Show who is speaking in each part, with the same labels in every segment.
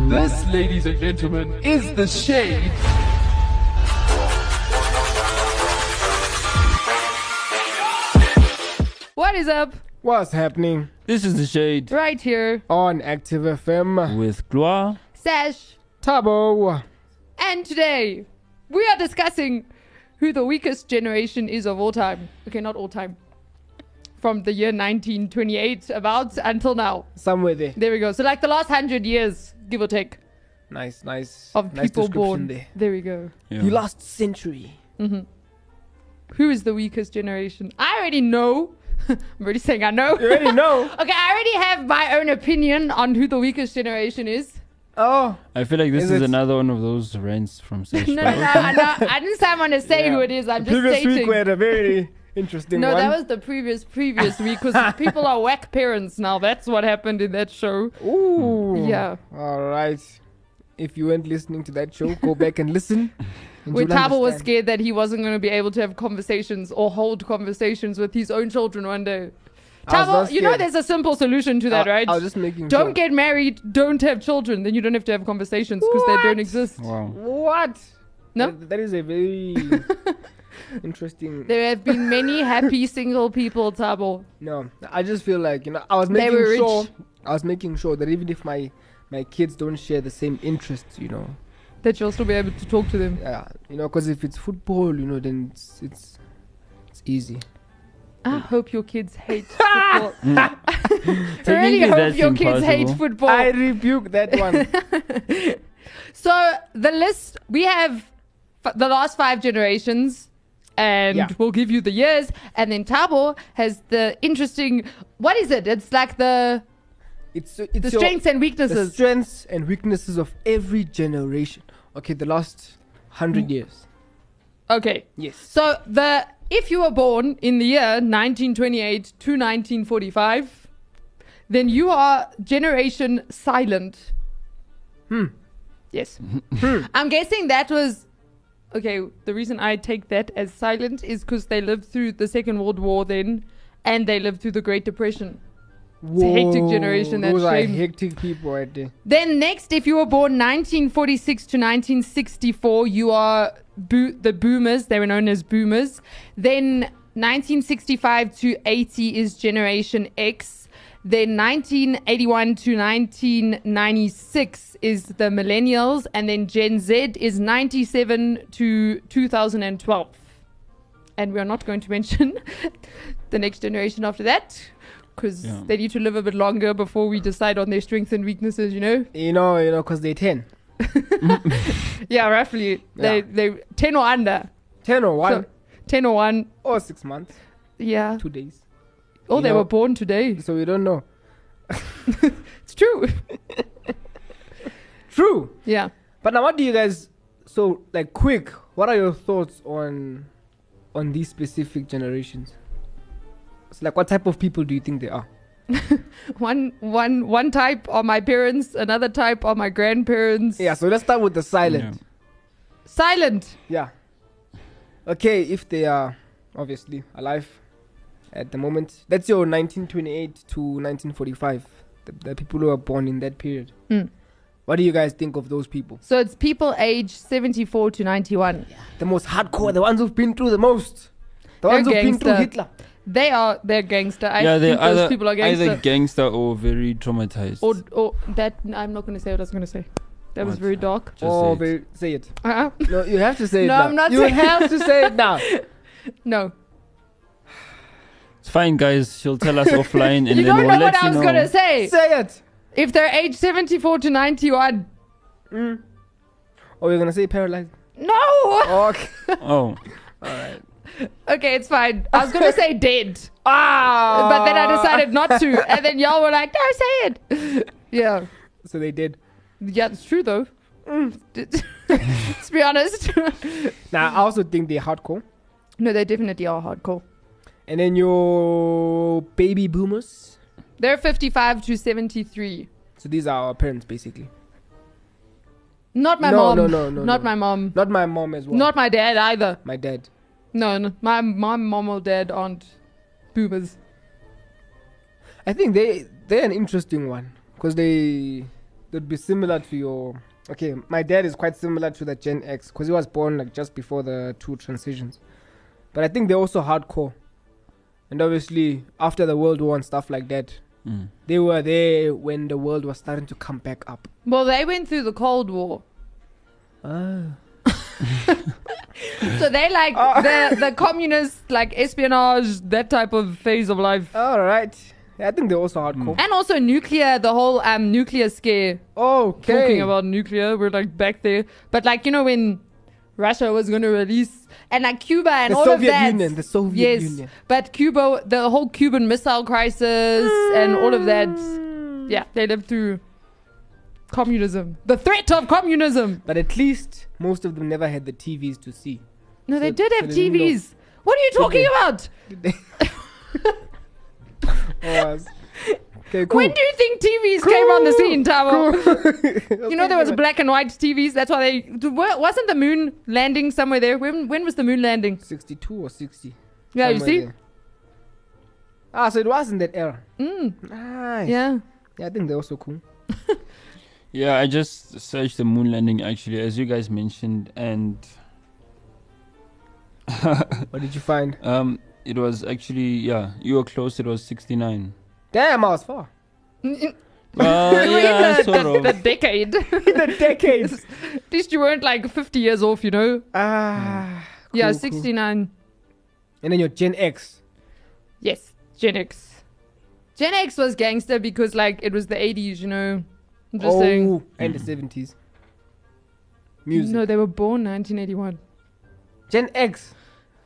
Speaker 1: This, ladies and gentlemen, is the shade.
Speaker 2: What is up?
Speaker 3: What's happening
Speaker 4: This is the shade
Speaker 2: Right here,
Speaker 3: on Active FM?
Speaker 4: with Gloire.
Speaker 2: Sash.
Speaker 3: Tabo.
Speaker 2: And today, we are discussing who the weakest generation is of all time. Okay, not all time. From the year 1928, about until now.
Speaker 3: Somewhere there.
Speaker 2: There we go. So, like the last hundred years, give or take,
Speaker 3: Nice, nice.
Speaker 2: of
Speaker 3: nice
Speaker 2: people
Speaker 3: description
Speaker 2: born.
Speaker 3: there.
Speaker 2: we go.
Speaker 4: Yeah.
Speaker 3: You last century.
Speaker 2: Who is the weakest generation? I already know. I'm already saying I know.
Speaker 3: You already know.
Speaker 2: Okay, I already have my own opinion on who the weakest generation is.
Speaker 3: Oh,
Speaker 4: I feel like this
Speaker 3: Is
Speaker 4: is,
Speaker 3: it-
Speaker 4: another one of those rants from Sash.
Speaker 2: no, no, no, I, know, I didn't say I'm gonna say
Speaker 3: Yeah.
Speaker 2: who it is. I'm just
Speaker 3: previous
Speaker 2: stating.
Speaker 3: week we had a very interesting
Speaker 2: no,
Speaker 3: one.
Speaker 2: that was the previous previous week because people are whack parents now. That's what happened in that show.
Speaker 3: Ooh.
Speaker 2: Yeah,
Speaker 3: All right. If you weren't listening to that show, go back and listen. and
Speaker 2: where
Speaker 3: you'll
Speaker 2: Tabo was
Speaker 3: understand.
Speaker 2: scared that he wasn't gonna be able to have conversations or hold conversations with his own children one day.
Speaker 3: I was
Speaker 2: Tabo,
Speaker 3: not
Speaker 2: you know
Speaker 3: scared.
Speaker 2: there's a simple solution to that,
Speaker 3: I-
Speaker 2: right?
Speaker 3: I was just making
Speaker 2: don't
Speaker 3: sure.
Speaker 2: get married, don't have children, then you don't have to have conversations because they
Speaker 3: What?
Speaker 2: don't exist.
Speaker 4: Wow.
Speaker 3: What?
Speaker 2: No?
Speaker 3: That- that is a very interesting.
Speaker 2: There have been many happy single people, Tabo.
Speaker 3: No, I just feel like you know I was
Speaker 2: They
Speaker 3: making
Speaker 2: were rich.
Speaker 3: sure I was making sure that even if my my kids don't share the same interests, you know,
Speaker 2: That you'll still be able to talk to them.
Speaker 3: yeah, you know, because if it's football, you know, then it's it's, it's easy.
Speaker 2: I hope your kids hate football. I really
Speaker 4: Technically,
Speaker 2: hope
Speaker 4: that's
Speaker 2: your kids hate
Speaker 4: impossible.
Speaker 2: football.
Speaker 3: I rebuke that one.
Speaker 2: so the list we have f- the last five generations, and
Speaker 3: Yeah.
Speaker 2: we'll give you the years, and then Tabo has the interesting. What is it? It's like the
Speaker 3: It's it's
Speaker 2: the
Speaker 3: your-
Speaker 2: strengths and
Speaker 3: the
Speaker 2: weaknesses.
Speaker 3: strengths and weaknesses of every generation. Okay, the last hundred
Speaker 2: Mm.
Speaker 3: years.
Speaker 2: okay,
Speaker 3: Yes.
Speaker 2: so the if you were born in the year 1928 to 1945, then you are generation silent. Yes. I'm guessing that was. Okay, the reason I take that as silent is because they lived through the Second World War then, and they lived through the Great Depression. a hectic generation, that
Speaker 3: Those are
Speaker 2: shame.
Speaker 3: hectic people right there.
Speaker 2: Then next, if you were born 1946 to 1964, you are boo- the boomers. They were known as boomers. Then 1965 to 80 is Generation X. Then 1981 to 1996 is the millennials, and then Gen Z is 97 to 2012. And we are not going to mention the next generation after that because
Speaker 4: Yeah.
Speaker 2: they need to live a bit longer before we decide on their strengths and weaknesses, you know?
Speaker 3: You know, you know, because they're 10.
Speaker 2: Yeah, roughly. They,
Speaker 3: Yeah.
Speaker 2: they 10 or under.
Speaker 3: 10 or 1
Speaker 2: So, 10 or 1.
Speaker 3: or 6 months,
Speaker 2: Yeah.
Speaker 3: 2 days.
Speaker 2: Or
Speaker 3: you
Speaker 2: Oh, they
Speaker 3: know-
Speaker 2: were born today.
Speaker 3: So we don't know.
Speaker 2: It's true.
Speaker 3: True.
Speaker 2: yeah.
Speaker 3: But now, what do you guys? So, like, quick. What are your thoughts on on these specific generations? So, like, what type of people do you think they are?
Speaker 2: One, one, one type are my parents, another type are my grandparents.
Speaker 3: Yeah. So let's start with the silent.
Speaker 2: Silent.
Speaker 3: Yeah. Okay, if they are obviously alive at the moment. That's your 1928 to 1945. The, the people who were born in that period.
Speaker 2: Mm.
Speaker 3: What do you guys think of those people?
Speaker 2: So it's people age 74 to 91.
Speaker 3: The most hardcore, the ones who've been through the most. The
Speaker 2: They're
Speaker 3: ones who've been through
Speaker 2: gangster.
Speaker 3: Hitler.
Speaker 2: They are, they're gangster. I
Speaker 4: yeah,
Speaker 2: think
Speaker 4: they're
Speaker 2: those
Speaker 4: either,
Speaker 2: people are gangster.
Speaker 4: either gangster or very traumatized.
Speaker 2: or, or that, I'm not going to say what I was going to say. That was
Speaker 4: What?
Speaker 2: very dark.
Speaker 4: Just
Speaker 3: Oh,
Speaker 4: say it.
Speaker 3: very- say it.
Speaker 2: Uh-uh.
Speaker 3: No, you have to say it
Speaker 2: No,
Speaker 3: now.
Speaker 2: I'm not
Speaker 3: you
Speaker 2: saying-
Speaker 3: have to say it now.
Speaker 2: No.
Speaker 4: It's fine, guys. She'll tell us offline, and
Speaker 2: you
Speaker 4: then
Speaker 2: don't
Speaker 4: we'll
Speaker 2: know
Speaker 4: let
Speaker 2: what I
Speaker 4: you
Speaker 2: was
Speaker 4: know.
Speaker 2: gonna say.
Speaker 3: say it.
Speaker 2: If they're age seventy-four to ninety-one,
Speaker 3: Mm. Oh, you're going to say paralyzed?
Speaker 2: no.
Speaker 3: Okay.
Speaker 4: Oh,
Speaker 2: Okay, it's fine. I was gonna say dead,
Speaker 3: ah!
Speaker 2: but then I decided not to, and then y'all were like, "No, say it." yeah,
Speaker 3: So they did.
Speaker 2: yeah, it's true though.
Speaker 3: Mm.
Speaker 2: Let's be honest.
Speaker 3: Now, I also think they're hardcore.
Speaker 2: no, they definitely are hardcore.
Speaker 3: And then your baby boomers.
Speaker 2: They're fifty-five to seventy-three.
Speaker 3: So these are our parents basically.
Speaker 2: Not my
Speaker 3: No,
Speaker 2: mom.
Speaker 3: no, no, no,
Speaker 2: Not
Speaker 3: no.
Speaker 2: my mom.
Speaker 3: Not my mom as well.
Speaker 2: Not my dad either.
Speaker 3: my dad.
Speaker 2: No, no. My, my mom or dad aren't boomers.
Speaker 3: I think they they're an interesting one because they would be similar to your. Okay, my dad is quite similar to the Gen X because he was born like just before the two transitions, but I think they're also hardcore, and obviously after the World War and stuff like that,
Speaker 4: Mm.
Speaker 3: they were there when the world was starting to come back up.
Speaker 2: Well, they went through the Cold War.
Speaker 3: Ah.
Speaker 2: So they like
Speaker 3: Oh.
Speaker 2: the, the communist, like espionage, that type of phase of life.
Speaker 3: All right. Yeah, I think they're also hardcore.
Speaker 2: And also nuclear, the whole um, nuclear scare.
Speaker 3: Okay.
Speaker 2: Hmm. Talking about nuclear, we're like back there. But like, you know, when Russia was going to release, and like Cuba and
Speaker 3: the
Speaker 2: all
Speaker 3: Soviet
Speaker 2: of that.
Speaker 3: Union. The Soviet
Speaker 2: yes.
Speaker 3: Union.
Speaker 2: But Cuba, the whole Cuban Missile Crisis and all of that. Yeah, they lived through communism. The threat of communism.
Speaker 3: But at least most of them never had the TVs to see.
Speaker 2: No, they
Speaker 3: So-
Speaker 2: did
Speaker 3: so
Speaker 2: have
Speaker 3: they didn't know.
Speaker 2: TVs. What are you talking
Speaker 3: they?
Speaker 2: about?
Speaker 3: Did they? okay, cool.
Speaker 2: When do you think TVs came on the
Speaker 3: Cool.
Speaker 2: scene, Tavo?
Speaker 3: you
Speaker 2: You know there was black and white TVs. That's why they th- wa- wasn't the moon landing somewhere there. When when was the moon landing?
Speaker 3: 62 or 60.
Speaker 2: Yeah, you
Speaker 3: somewhere
Speaker 2: see.
Speaker 3: there. Ah, so it was in that era.
Speaker 2: Mm,
Speaker 3: Nice.
Speaker 2: yeah.
Speaker 3: Yeah, I think they're also cool.
Speaker 4: Yeah, I just searched the moon landing actually, as you guys mentioned, and
Speaker 3: What did you find?
Speaker 4: um, it was actually yeah, you were close. It was sixty nine.
Speaker 3: Damn, I was far. Oh,
Speaker 2: Mm,
Speaker 4: Well,
Speaker 2: we're in
Speaker 4: yeah,
Speaker 2: the,
Speaker 4: sort
Speaker 2: the- the
Speaker 4: of.
Speaker 2: decade. At
Speaker 3: in the decades.
Speaker 2: least you weren't like 50 years off, you know.
Speaker 3: Ah.
Speaker 2: yeah,
Speaker 3: cool, cool.
Speaker 2: 69.
Speaker 3: And then your Gen X.
Speaker 2: Yes, Gen X. Gen X was gangster because like it was the 80s, you know. I'm just
Speaker 3: oh,
Speaker 2: saying. Mm.
Speaker 3: and the
Speaker 4: Mhm.
Speaker 3: 70s. Music.
Speaker 2: No, they were born 1981.
Speaker 3: Gen X.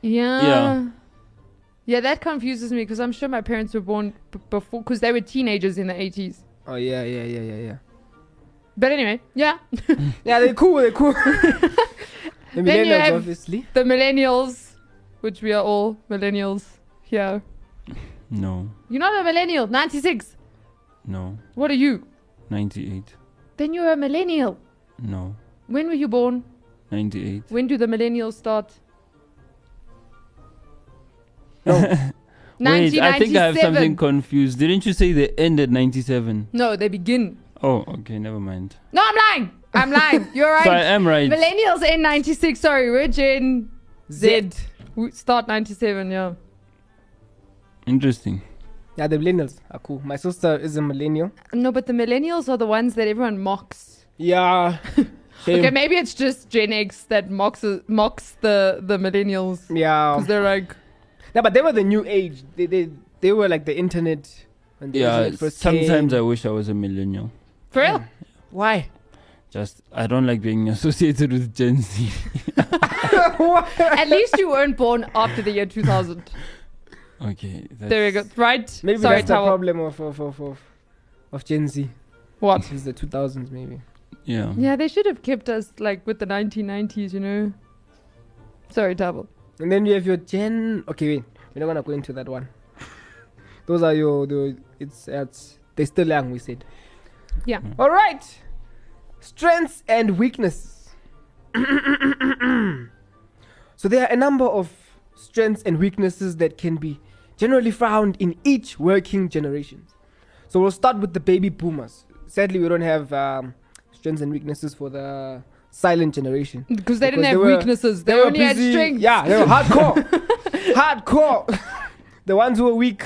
Speaker 2: Yeah.
Speaker 4: Yeah.
Speaker 2: Yeah, that confuses me because I'm sure my parents were born b- before because they were teenagers in the 80s.
Speaker 3: Oh yeah, yeah, yeah, yeah, yeah.
Speaker 2: But anyway, yeah,
Speaker 3: Yeah, they're cool. They're cool. the
Speaker 2: you
Speaker 3: millennials,
Speaker 2: have-
Speaker 3: obviously.
Speaker 2: the millennials, which we are all millennials here.
Speaker 4: No,
Speaker 2: You're not a millennial, 96.
Speaker 4: no,
Speaker 2: What are you?
Speaker 4: ninety eight.
Speaker 2: Then you're a millennial.
Speaker 4: No,
Speaker 2: When were you born?
Speaker 4: ninety eight.
Speaker 2: When do the millennials start?
Speaker 4: Wait, I think I have
Speaker 2: 1997.
Speaker 4: something confused. Didn't you say they end at ninety seven?
Speaker 2: No, they begin.
Speaker 4: Oh, okay, never mind.
Speaker 2: No, I'm lying. I'm lying. You're
Speaker 4: So I
Speaker 2: right.
Speaker 4: am right.
Speaker 2: millennials in 96. Sorry, we're Gen
Speaker 3: Z.
Speaker 2: we start 97, yeah.
Speaker 4: Interesting.
Speaker 3: Yeah, the millennials are cool. My sister is a millennial.
Speaker 2: No, but the millennials are the ones that everyone mocks.
Speaker 3: Yeah. Shame.
Speaker 2: Okay, maybe it's just Gen X that mocks mocks the the millennials
Speaker 3: yeah.
Speaker 2: because they're like,
Speaker 3: No, but they were the new age. They they, they were like the internet. When the
Speaker 4: Yeah,
Speaker 3: internet first
Speaker 4: sometimes I
Speaker 3: came.
Speaker 4: wish I was a millennial.
Speaker 2: for real?
Speaker 3: Why?
Speaker 4: Just I don't like being associated with Gen Z.
Speaker 2: At least you weren't born after the year 2000.
Speaker 4: Okay, that's,
Speaker 2: There you go. Right?
Speaker 3: Maybe
Speaker 2: Sorry,
Speaker 3: that's the
Speaker 2: Tawel.
Speaker 3: problem of of, of of of Gen Z.
Speaker 2: What?
Speaker 3: Since the 2000s, maybe.
Speaker 4: Yeah.
Speaker 2: Yeah, they should have kept us like with the 1990s, you know. Sorry, Tabo.
Speaker 3: And then you have your Gen. Okay, wait. We're not gonna go into that one. Those are your the. It's it's they're still young. We said.
Speaker 2: Yeah.
Speaker 3: All right. Strengths and weaknesses. so there are a number of strengths and weaknesses that can be generally found in each working generation. So we'll start with the baby boomers. Sadly, we don't have um, strengths and weaknesses for the silent generation.
Speaker 2: Because they didn't
Speaker 3: Because
Speaker 2: have
Speaker 3: they were-
Speaker 2: weaknesses. They, only had
Speaker 3: busy-
Speaker 2: strengths.
Speaker 3: Yeah, they were hardcore. hardcore. the ones who were weak.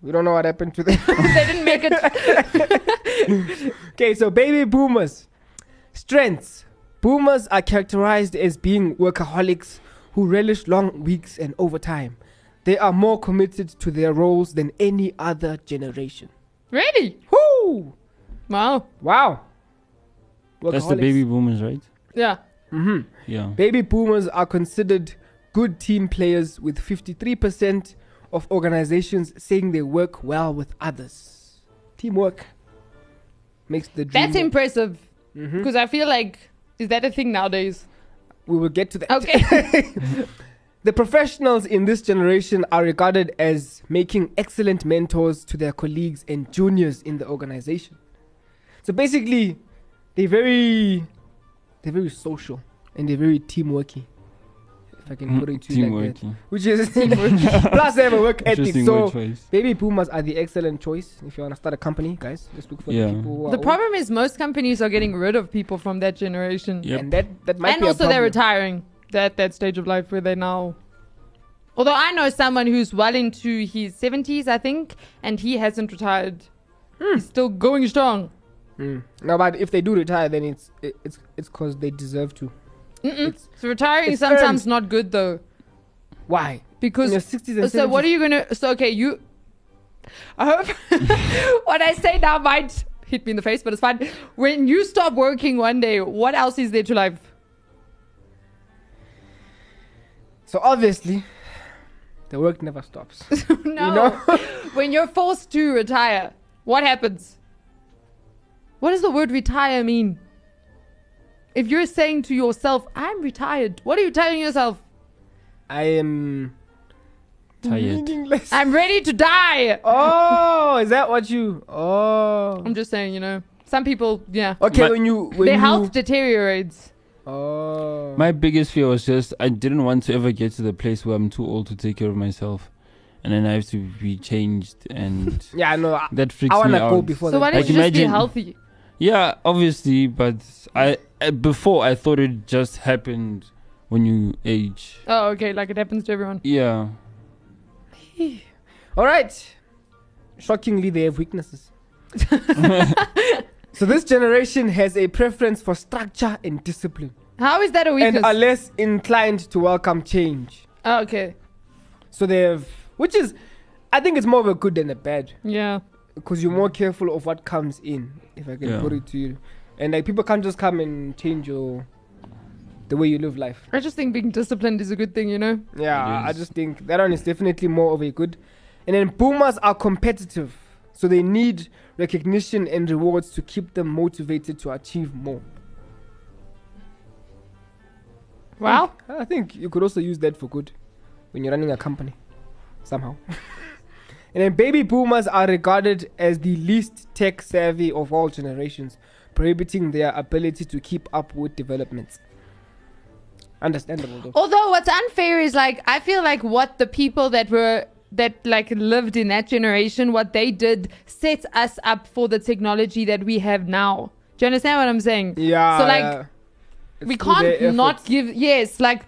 Speaker 3: We don't know what happened to them.
Speaker 2: they didn't make it.
Speaker 3: Okay, so baby boomers. Strengths. Boomers are characterized as being workaholics who relish long weeks and overtime. They are more committed to their roles than any other generation.
Speaker 2: Really?
Speaker 3: Whoo!
Speaker 2: Wow.
Speaker 3: Wow.
Speaker 4: That's the baby boomers, right?
Speaker 2: Yeah.
Speaker 3: hmm
Speaker 4: Yeah.
Speaker 3: Baby boomers are considered good team players with 53% of organizations saying they work well with others. Teamwork makes the dream.
Speaker 2: That's impressive.
Speaker 3: hmm
Speaker 2: Because I feel like, is that a thing nowadays?
Speaker 3: We will get to that.
Speaker 2: Okay.
Speaker 3: the professionals in this generation are regarded as making excellent mentors to their colleagues and juniors in the organization. So basically, they're very, they're very social and they're very teamworky. if I can put it to you like
Speaker 4: Mm, Teamwork.
Speaker 3: that.
Speaker 4: yeah.
Speaker 3: Which is plus they have a work ethic.
Speaker 4: Interesting
Speaker 3: So
Speaker 4: word choice.
Speaker 3: baby boomers are the excellent choice if you want to start a company, guys. Just look for
Speaker 4: Yeah.
Speaker 3: the people who are
Speaker 2: The
Speaker 3: old.
Speaker 2: problem is most companies are getting rid of people from that generation.
Speaker 4: Yep.
Speaker 3: and that that might
Speaker 2: and
Speaker 3: be
Speaker 2: also
Speaker 3: a
Speaker 2: they're
Speaker 3: problem.
Speaker 2: retiring at that stage of life where they now although i know someone who's well into his 70s i think and he hasn't retired
Speaker 3: Hmm.
Speaker 2: he's still going strong
Speaker 3: Mm. No, but if they do retire, then it's it, it's it's because they deserve to.
Speaker 2: Mm-mm.
Speaker 3: It's-
Speaker 2: so retiring is
Speaker 3: it's
Speaker 2: sometimes
Speaker 3: earned.
Speaker 2: not good though
Speaker 3: Why? In your
Speaker 2: because
Speaker 3: sixties and
Speaker 2: so what are you gonna so okay you i hope what i say now might hit me in the face but it's fine when you stop working one day what else is there to life
Speaker 3: So obviously, the work never stops.
Speaker 2: no
Speaker 3: know?
Speaker 2: when you're forced to retire what happens what does the word retire mean if you're saying to yourself i'm retired what are you telling yourself
Speaker 3: I am
Speaker 4: Tired.
Speaker 3: meaningless.
Speaker 2: i'm ready to die
Speaker 3: oh, is that what you? Oh,
Speaker 2: i'm just saying you know some people yeah
Speaker 3: okay.
Speaker 4: My-
Speaker 3: when you when
Speaker 2: their
Speaker 3: you,
Speaker 2: health deteriorates
Speaker 3: Oh,
Speaker 4: My biggest fear was just I didn't want to ever get to the place where I'm too old to take care of myself, and then I have to be changed, and
Speaker 3: yeah, no, I,
Speaker 4: that freaks
Speaker 3: I wanna
Speaker 4: me
Speaker 3: go
Speaker 4: out.
Speaker 3: before.
Speaker 2: so why
Speaker 3: that.
Speaker 2: don't
Speaker 4: Like,
Speaker 2: you just be
Speaker 4: imagine-
Speaker 2: healthy
Speaker 4: Yeah, obviously, but I uh, before I thought it just happened when you age.
Speaker 2: oh okay like it happens to everyone
Speaker 4: Yeah,
Speaker 3: All right. Shockingly, they have weaknesses. so this generation has a preference for structure and discipline,
Speaker 2: how is that a weakness
Speaker 3: and are less inclined to welcome change.
Speaker 2: oh, okay
Speaker 3: So they have, which is, I think it's more of a good than a bad,
Speaker 2: yeah
Speaker 3: because you're more careful of what comes in, if I can
Speaker 4: Yeah.
Speaker 3: put it to you. And like people can't just come and change your, the way you live life.
Speaker 2: i just think being disciplined is a good thing you know
Speaker 3: Yeah,
Speaker 4: It
Speaker 3: I
Speaker 4: is.
Speaker 3: just think that one is definitely more of a good. And then boomers are competitive, so they need recognition and rewards to keep them motivated to achieve more.
Speaker 2: wow
Speaker 3: I think you could also use that for good when you're running a company, somehow. and then baby boomers are regarded as the least tech savvy of all generations, prohibiting their ability to keep up with developments. Understandable though.
Speaker 2: Although what's unfair is like I feel like what the people that were that like lived in that generation, what they did set us up for the technology that we have now. Do you understand what I'm saying?
Speaker 3: Yeah.
Speaker 2: So, like,
Speaker 3: yeah. It's
Speaker 2: we
Speaker 3: through their
Speaker 2: can't not
Speaker 3: efforts.
Speaker 2: give yes, like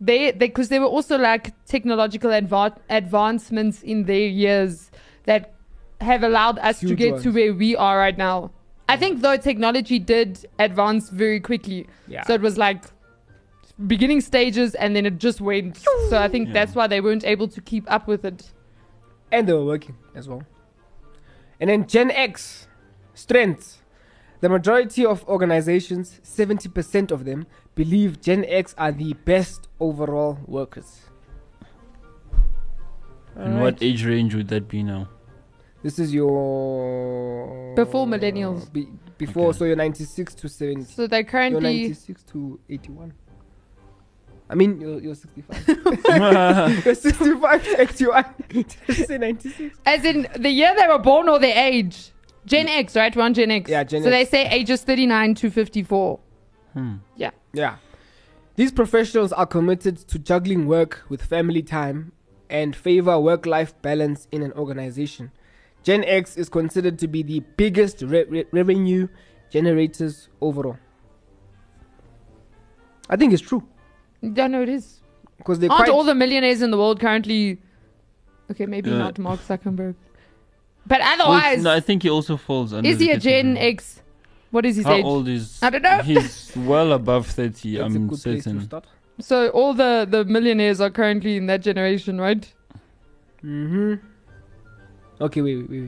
Speaker 2: they they because they were also like technological adva- advancements in their years that have allowed us to
Speaker 3: Huge
Speaker 2: get to
Speaker 3: ones.
Speaker 2: where we are right now. I think though technology did advance very quickly.
Speaker 3: Yeah.
Speaker 2: So it was like beginning stages and then it just went. So I think
Speaker 4: Yeah.
Speaker 2: that's why they weren't able to keep up with it.
Speaker 3: and they were working as well. And then Gen X, strength. The majority of organizations, 70% of them, believe Gen X are the best overall workers.
Speaker 4: and what age range would that be now?
Speaker 3: This is your.
Speaker 2: Before millennials.
Speaker 3: Be, before,
Speaker 4: Okay.
Speaker 3: so you're 96 to 70.
Speaker 2: So they
Speaker 3: you're
Speaker 2: currently
Speaker 3: 96 to 81. I mean, you're, you're 65.
Speaker 4: yeah,
Speaker 3: you're 65 to 81. Did I say 96?
Speaker 2: as in the year they were born or their age. Gen X, right? One Gen X.
Speaker 3: Yeah, Gen
Speaker 2: so
Speaker 3: X.
Speaker 2: they say ages 39 to 54.
Speaker 4: Hmm.
Speaker 3: Yeah. These professionals are committed to juggling work with family time and favor work life balance in an organization. Gen X is considered to be the biggest re- re- revenue generators overall. I think it's true
Speaker 2: Don't know it is.
Speaker 3: because they're
Speaker 2: Aren't
Speaker 3: quite
Speaker 2: all the millionaires in the world currently. Okay, maybe
Speaker 4: Yeah.
Speaker 2: not Mark Zuckerberg. But otherwise,
Speaker 4: no, I think he also falls under.
Speaker 2: is he
Speaker 4: the
Speaker 2: a Gen
Speaker 4: category.
Speaker 2: X? What is his
Speaker 4: How
Speaker 2: age?
Speaker 4: old is?
Speaker 2: I don't know.
Speaker 4: He's well above thirty.
Speaker 3: that's a
Speaker 4: I'm
Speaker 3: good place to
Speaker 4: certain.
Speaker 3: start.
Speaker 2: So all the, the millionaires are currently in that generation, right?
Speaker 3: Mm-hmm. Okay, wait, wait, wait.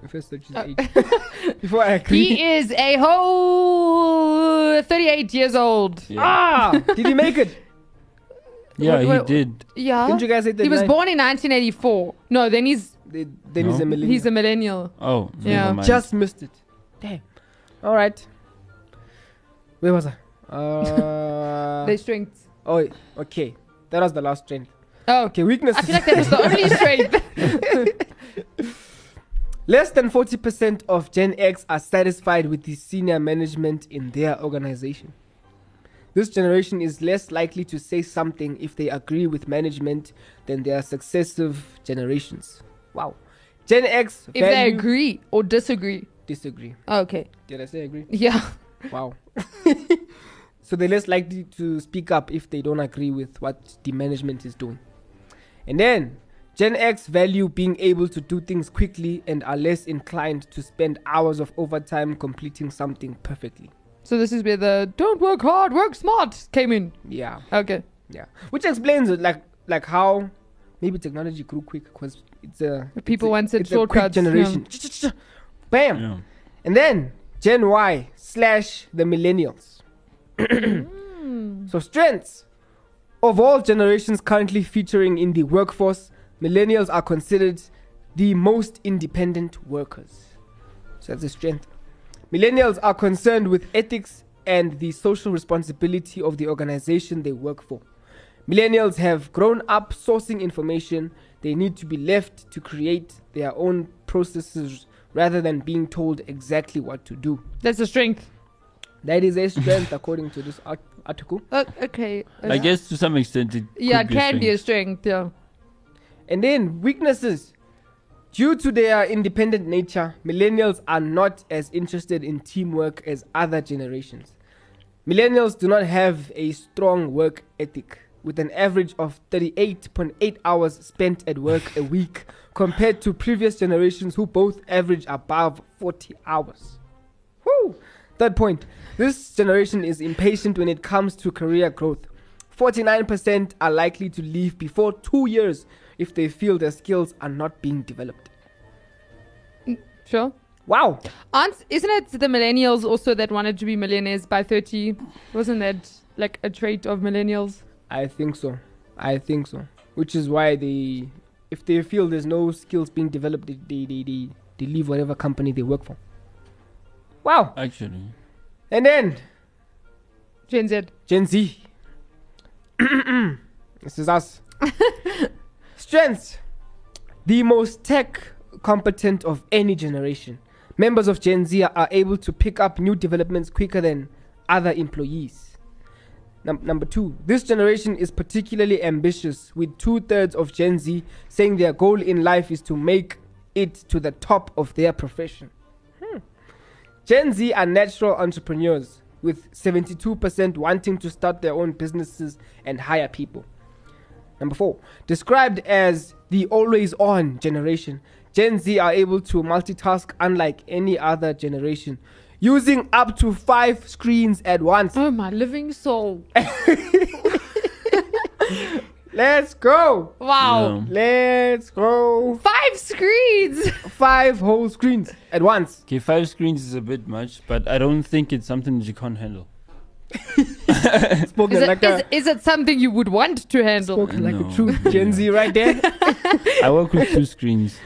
Speaker 3: wait. First, search his
Speaker 2: Uh,
Speaker 3: age. Before I agree.
Speaker 2: He is a whole 38 years old.
Speaker 4: Yeah,
Speaker 3: Ah, did he make it?
Speaker 4: yeah,
Speaker 2: What- what-
Speaker 4: he did.
Speaker 2: Yeah.
Speaker 3: Didn't you guys say that?
Speaker 2: He was
Speaker 3: nine-
Speaker 2: born in 1984. No, then he's
Speaker 3: They- Then he's
Speaker 4: No.
Speaker 3: a millennial.
Speaker 2: he's a millennial.
Speaker 4: Oh,
Speaker 2: Yeah.
Speaker 4: never mind.
Speaker 3: Just missed it. Damn. All right. Where was I? Uh, Ah.
Speaker 2: Their strength.
Speaker 3: oh, okay. That was the last strength.
Speaker 2: Oh,
Speaker 3: Okay,
Speaker 2: okay.
Speaker 3: weakness.
Speaker 2: I feel like that was the only strength.
Speaker 3: Less than 40% of Gen X are satisfied with the senior management in their organization. This generation is less likely to say something if they agree with management than their successive generations. Wow. Gen X
Speaker 2: If they
Speaker 3: value-
Speaker 2: agree or disagree. Oh,
Speaker 3: disagree.
Speaker 2: Okay.
Speaker 3: Did I say agree?
Speaker 2: Yeah.
Speaker 3: Wow. so they're less likely to speak up if they don't agree with what the management is doing. And then Gen X value being able to do things quickly and are less inclined to spend hours of overtime completing something perfectly.
Speaker 2: So this is where the don't work hard, work smart came in.
Speaker 3: Yeah.
Speaker 2: Okay.
Speaker 3: Yeah. Which explains it like like how maybe technology grew quick because it's a
Speaker 2: People
Speaker 3: it's a-
Speaker 2: wanted
Speaker 3: it's a quick
Speaker 2: shortcuts, yeah.
Speaker 3: generation. Bam.
Speaker 4: Yeah.
Speaker 3: And then Gen Y slash the millennials. so strengths of all generations currently featuring in the workforce, millennials are considered the most independent workers. So that's a strength. Millennials are concerned with ethics and the social responsibility of the organization they work for. Millennials have grown up sourcing information. They need to be left to create their own processes rather than being told exactly what to do.
Speaker 2: That's a strength.
Speaker 3: That is a strength, according to this art- article.
Speaker 2: Uh, okay.
Speaker 4: I guess to some extent it.
Speaker 2: Yeah,
Speaker 4: could
Speaker 2: it can be a
Speaker 4: strength.
Speaker 2: strength. Yeah.
Speaker 3: And then weaknesses. Due to their independent nature, millennials are not as interested in teamwork as other generations. Millennials do not have a strong work ethic, with an average of 38.8 hours spent at work a week, compared to previous generations who both average above 40 hours. Woo! Third point this generation is impatient when it comes to career growth. 49% are likely to leave before two years if they feel their skills are not being developed.
Speaker 2: Sure.
Speaker 3: Wow.
Speaker 2: Aren't isn't it the millennials also that wanted to be millionaires by thirty? Wasn't that like a trait of millennials?
Speaker 3: I think so. I think so. Which is why they, if they feel there's no skills being developed, they, they, they, they, they leave whatever company they work for. Wow.
Speaker 4: Actually,
Speaker 3: And then
Speaker 2: Gen Z.
Speaker 3: Gen Z. this is us. Strengths. The most tech competent of any generation. Members of Gen Z are able to pick up new developments quicker than other employees. Num- number two, this generation is particularly ambitious, with two thirds of Gen Z saying their goal in life is to make it to the top of their profession. Hmm. Gen Z are natural entrepreneurs, with 72% wanting to start their own businesses and hire people. Number four, described as the always on generation, Gen Z are able to multitask unlike any other generation, using up to five screens at once.
Speaker 2: Oh my living soul!
Speaker 3: Let's go!
Speaker 2: Wow.
Speaker 4: yeah.
Speaker 3: Let's go!
Speaker 2: Five screens.
Speaker 3: Five whole screens at once.
Speaker 4: Okay, five screens is a bit much, but I don't think it's something that you can't handle.
Speaker 3: Spoken
Speaker 2: Is it,
Speaker 3: like
Speaker 2: is,
Speaker 3: a.
Speaker 2: is it something you would want to handle?
Speaker 3: Spoken like
Speaker 4: No.
Speaker 3: a true Gen Z right there.
Speaker 4: I work with two screens.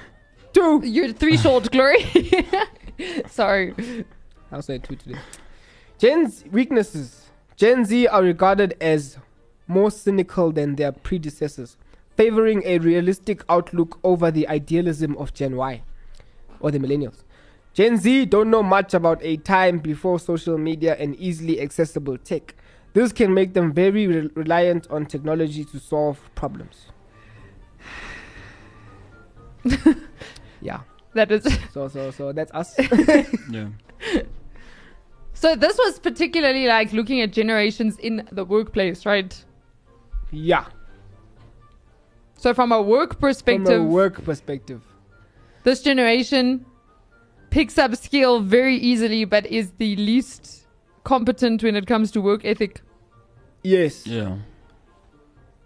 Speaker 3: Two.
Speaker 2: Your three short glory. Sorry.
Speaker 3: I also had two today. Gen's weaknesses. Gen Z are regarded as more cynical than their predecessors, favoring a realistic outlook over the idealism of Gen Y or the millennials. Gen Z don't know much about a time before social media and easily accessible tech. This can make them very re- reliant on technology to solve problems. yeah.
Speaker 2: That is.
Speaker 3: So so so that's us.
Speaker 4: Yeah.
Speaker 2: So this was particularly like looking at generations in the workplace, right?
Speaker 3: yeah.
Speaker 2: So from a work perspective,
Speaker 3: From a work perspective.
Speaker 2: this generation picks up skill very easily, but is the least competent when it comes to work ethic.
Speaker 3: Yes.
Speaker 4: Yeah.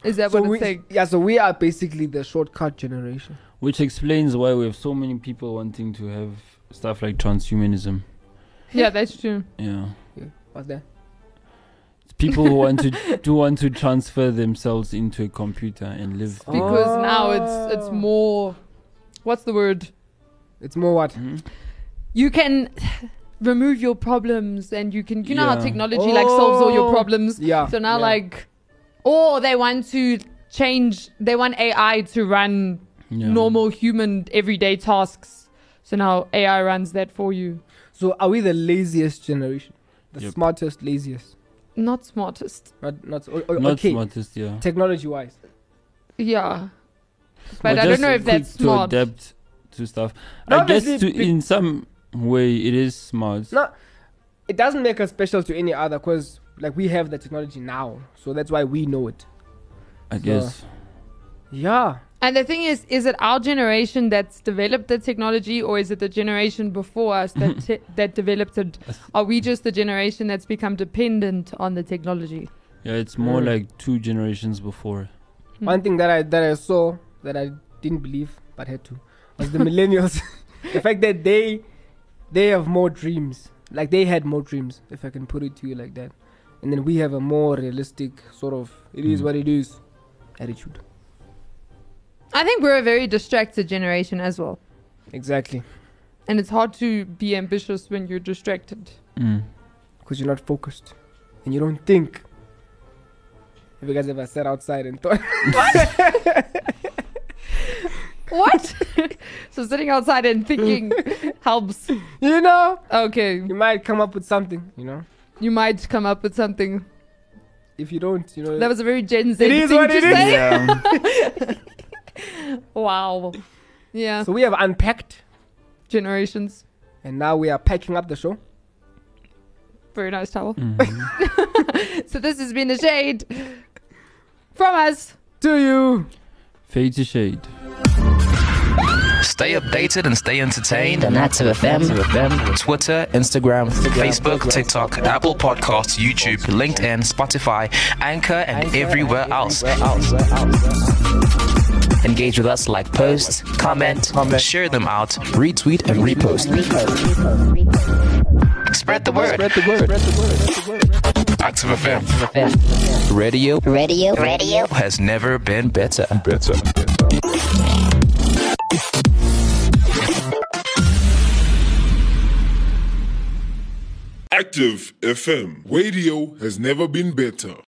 Speaker 2: Is that
Speaker 3: So
Speaker 2: what
Speaker 3: we,
Speaker 2: it's saying?
Speaker 3: yeah, so we are basically the shortcut generation.
Speaker 4: Which explains why we have so many people wanting to have stuff like transhumanism.
Speaker 2: Yeah, that's true.
Speaker 4: Yeah.
Speaker 3: Yeah. What's that?
Speaker 4: It's people who want to do want to transfer themselves into a computer and live.
Speaker 3: Oh.
Speaker 2: Because now it's it's
Speaker 3: Oh.
Speaker 2: more. What's the word?
Speaker 3: It's more what?
Speaker 4: Mhm.
Speaker 2: You can remove your problems, and you can. You know how
Speaker 4: Yeah.
Speaker 2: technology like solves all your
Speaker 3: Oh.
Speaker 2: problems.
Speaker 3: Yeah.
Speaker 2: So now,
Speaker 3: yeah.
Speaker 2: like, or they want to change. They want AI to run
Speaker 4: Yeah.
Speaker 2: normal human everyday tasks. So now AI runs that for you.
Speaker 3: So are we the laziest generation? The
Speaker 4: Yep.
Speaker 3: smartest, laziest.
Speaker 2: not smartest.
Speaker 3: Not, not, o- o-
Speaker 4: Not
Speaker 3: okay.
Speaker 4: smartest, yeah.
Speaker 3: Technology wise.
Speaker 2: Yeah.
Speaker 4: But
Speaker 2: But I don't
Speaker 4: just
Speaker 2: know if
Speaker 4: quick
Speaker 2: that's smart.
Speaker 4: To adapt to stuff.
Speaker 3: No,
Speaker 4: I guess
Speaker 3: obviously,
Speaker 4: to,
Speaker 3: be-
Speaker 4: in some way it is smart.
Speaker 3: No, It doesn't make us special to any other because, like, we have the technology now. So that's why we know it.
Speaker 4: I guess.
Speaker 3: Yeah.
Speaker 2: And the thing is, is it our generation that's developed the technology, or is it the generation before us that te- that developed it? Are we just the generation that's become dependent on the technology?
Speaker 4: Yeah, it's more
Speaker 3: Mm.
Speaker 4: like two generations before.
Speaker 2: Hmm.
Speaker 3: One thing that I that I saw that I didn't believe but had to was the millennials. the fact that they they have more dreams. Like they had more dreams, if I can put it to you like that. And then we have a more realistic sort of it is
Speaker 4: Mm.
Speaker 2: Hmm.
Speaker 3: what it is attitude.
Speaker 2: I think we're a very distracted generation as well,
Speaker 3: Exactly.
Speaker 2: and it's hard to be ambitious when you're distracted.
Speaker 4: Mm.
Speaker 3: Because you're not focused and you don't think. Have you guys ever sat outside and thought?
Speaker 2: What? so sitting outside and thinking helps.
Speaker 3: you know,
Speaker 2: Okay,
Speaker 3: you might come up with something. You know,
Speaker 2: you might come up with something.
Speaker 3: if you don't, you know.
Speaker 2: That was a very Gen Z
Speaker 3: It is
Speaker 2: thing
Speaker 3: what
Speaker 2: to
Speaker 3: it is.
Speaker 2: say.
Speaker 4: Yeah.
Speaker 2: Wow. Yeah,
Speaker 3: so we have unpacked,
Speaker 2: generations.
Speaker 3: and now we are packing up the show.
Speaker 2: Very nice towel.
Speaker 4: Mhm.
Speaker 2: So this has been the shade from us.
Speaker 3: To you.
Speaker 4: Fade to shade.
Speaker 5: Stay updated and stay entertained.
Speaker 6: The Nats of FM.
Speaker 5: Twitter, Instagram, Facebook, TikTok, Apple Podcasts, YouTube, LinkedIn, Spotify, Anchor, and everywhere else.
Speaker 6: Engage with us like posts,
Speaker 5: Comment, share them out, retweet, and repost. Spread the word. Spread the word. Active FM. Radio
Speaker 6: radio, radio.
Speaker 5: has never been better.
Speaker 7: Active FM. Radio has never been better.